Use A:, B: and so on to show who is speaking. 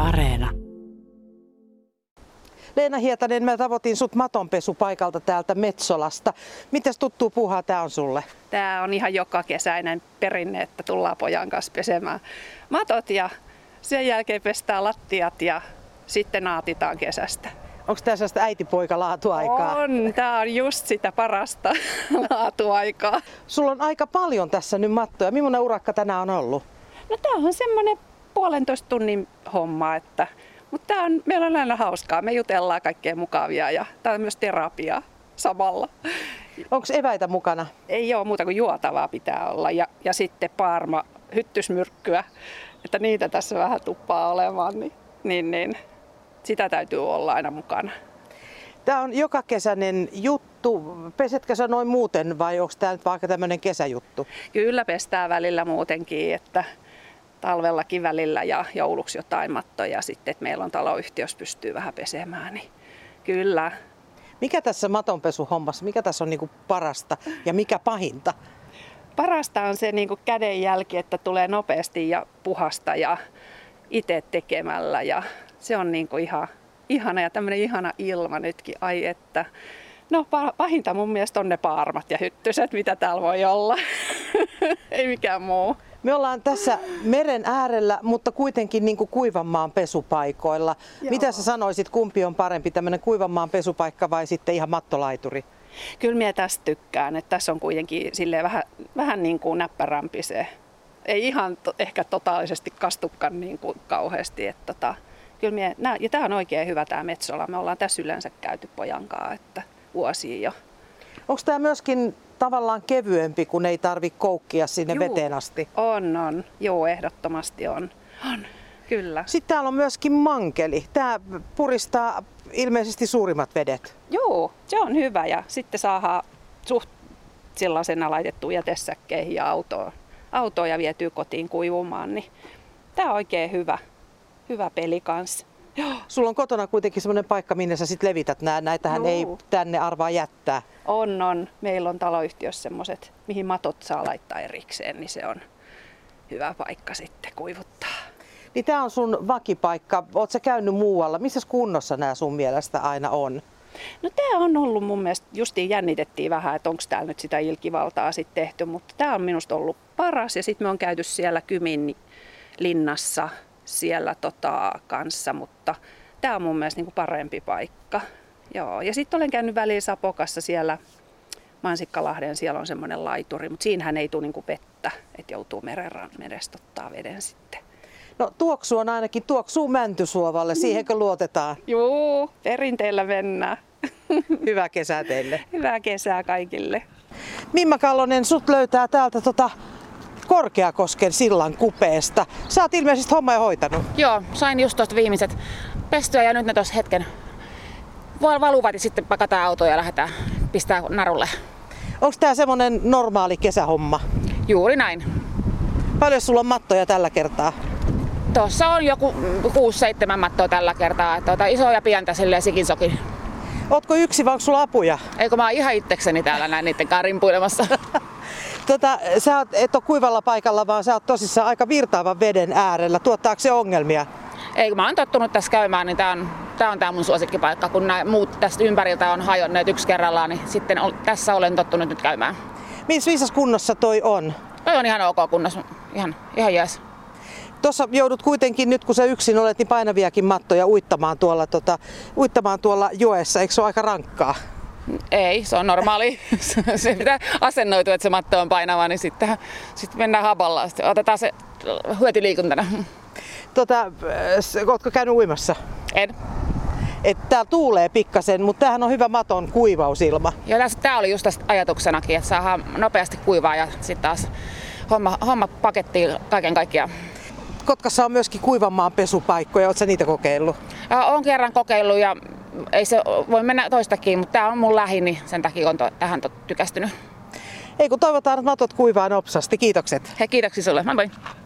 A: Areena.
B: Leena Hietanen, mä tavoitin sut matonpesupaikalta täältä Metsolasta. Mitäs tuttuu puuhaa tää on sulle?
C: Tämä on ihan joka kesäinen perinne, että tullaan pojan kanssa pesemään matot ja sen jälkeen pestään lattiat ja sitten naatitaan kesästä.
B: Onko tää sellaista äitipoika laatuaikaa?
C: On, tämä on just sitä parasta laatuaikaa.
B: Sulla on aika paljon tässä nyt mattoja. Millainen urakka tänään on ollut?
C: No tämä on semmoinen puolentoista tunnin homma, että mutta tää on, meillä on aina hauskaa. Me jutellaan kaikkea mukavia ja tämä on myös terapiaa samalla.
B: Onko eväitä mukana?
C: Ei ole muuta kuin juotavaa pitää olla ja, ja sitten parma hyttysmyrkkyä, että niitä tässä vähän tuppaa olemaan, niin, niin, niin sitä täytyy olla aina mukana.
B: Tämä on joka kesäinen juttu. Pesetkö sä noin muuten vai onko tämä nyt vaikka tämmöinen kesäjuttu?
C: Kyllä pestää välillä muutenkin, että talvellakin välillä ja jouluksi jotain mattoja sitten, että meillä on taloyhtiössä pystyy vähän pesemään, niin kyllä.
B: Mikä tässä matonpesuhommassa, mikä tässä on niinku parasta ja mikä pahinta?
C: Parasta on se niin kuin kädenjälki, että tulee nopeasti ja puhasta ja itse tekemällä ja se on niin kuin ihan ihana ja tämmöinen ihana ilma nytkin, ai että. No pa- pahinta mun mielestä on ne paarmat ja hyttyset, mitä täällä voi olla. Ei mikään muu.
B: Me ollaan tässä meren äärellä, mutta kuitenkin niin kuin kuivanmaan pesupaikoilla.
C: Joo.
B: Mitä sä sanoisit, kumpi on parempi, tämmöinen kuivanmaan pesupaikka vai sitten ihan mattolaituri?
C: Kyllä minä tästä tykkään, että tässä on kuitenkin silleen vähän, vähän niin kuin näppärämpi se. Ei ihan to, ehkä totaalisesti kastukaan niin kuin kauheasti. Että tota, kyllä minä, nää, ja tämä on oikein hyvä tämä Metsola. Me ollaan tässä yleensä käyty pojankaa, että vuosia jo.
B: Onko tämä myöskin tavallaan kevyempi, kun ei tarvi koukkia sinne
C: Juu.
B: veteen asti?
C: On, on. Joo, ehdottomasti on. On, kyllä.
B: Sitten täällä on myöskin mankeli. Tämä puristaa ilmeisesti suurimmat vedet.
C: Joo, se on hyvä ja sitten saadaan suht sellaisena laitettua jätesäkkeihin ja autoon, autoon ja vietyy kotiin kuivumaan, niin tämä on oikein hyvä, hyvä peli kanssa. Joo,
B: Sulla on kotona kuitenkin semmoinen paikka, minne sä sit levität nää. Näitähän ei
C: Juu.
B: tänne arvaa jättää.
C: on, on. Meillä on taloyhtiössä semmoiset, mihin matot saa laittaa erikseen, niin se on hyvä paikka sitten kuivuttaa.
B: Niin tää on sun vakipaikka. Oot sä käynyt muualla? Missä kunnossa nämä sun mielestä aina on?
C: No tämä on ollut mun mielestä, justiin jännitettiin vähän, että onko täällä nyt sitä ilkivaltaa sitten tehty, mutta tämä on minusta ollut paras. Ja sitten me on käyty siellä Kymin linnassa siellä tota, kanssa, mutta tämä on mun mielestä niinku parempi paikka. Joo. Ja sitten olen käynyt väliin Sapokassa siellä Mansikkalahden, siellä on semmoinen laituri, mutta siinähän ei tule niinku vettä, että joutuu merenran merestä ottaa veden sitten.
B: No tuoksu on ainakin, tuoksuu mäntysuovalle, siihenkö luotetaan?
C: Juu, perinteillä mennään.
B: Hyvää kesää teille.
C: Hyvää kesää kaikille.
B: Mimma Kallonen, sut löytää täältä tota Korkeakosken sillan kupeesta. Sä oot ilmeisesti homma jo hoitanut.
D: Joo, sain just tuosta viimeiset pestyä ja nyt ne tuossa hetken val- valuvat ja sitten pakataan autoon ja lähdetään pistää narulle.
B: Onko tää semmonen normaali kesähomma?
D: Juuri näin.
B: Paljon sulla on mattoja tällä kertaa?
D: Tuossa on joku mm, 6-7 mattoa tällä kertaa. Että ota isoja pientä silleen sikin sokin.
B: Ootko yksi vai onko sulla apuja?
D: Eikö mä oon ihan itsekseni täällä näin niiden kanssa rimpuilemassa.
B: Tota, sä oot, et ole kuivalla paikalla, vaan sä oot tosissaan aika virtaavan veden äärellä. Tuottaako se ongelmia?
D: Eikö mä oon tottunut tässä käymään, niin tää on, tää on tää mun suosikkipaikka. Kun nämä muut tästä ympäriltä on hajonneet yksi kerrallaan, niin sitten ol, tässä olen tottunut nyt käymään.
B: Missä viisas kunnossa toi on?
D: Toi on ihan ok kunnossa. Ihan, ihan jees.
B: Tuossa joudut kuitenkin nyt, kun sä yksin olet, niin painaviakin mattoja uittamaan tuolla, tota, uittamaan tuolla joessa. Eikö se ole aika rankkaa?
D: Ei, se on normaali. se pitää asennoitua, että se matto on painava, niin sitten sit mennään haballa. Sitten otetaan se hyötyliikuntana.
B: Tota, äh, s- ootko käynyt uimassa?
D: En.
B: Et täällä tuulee pikkasen, mutta tämähän on hyvä maton kuivausilma.
D: Ja tässä, tää oli just tästä ajatuksenakin, että saadaan nopeasti kuivaa ja sitten taas homma, homma pakettiin kaiken kaikkiaan.
B: Kotkassa on myöskin kuivanmaan pesupaikkoja, ootko sä niitä kokeillut?
D: Olen kerran kokeillut ja ei se voi mennä toistakin, mutta tämä on mun lähin, niin sen takia on to, tähän to, tykästynyt.
B: Ei kun toivotaan, että matot kuivaa nopsasti. Kiitokset.
D: Hei, kiitoksia sulle. Moi moi.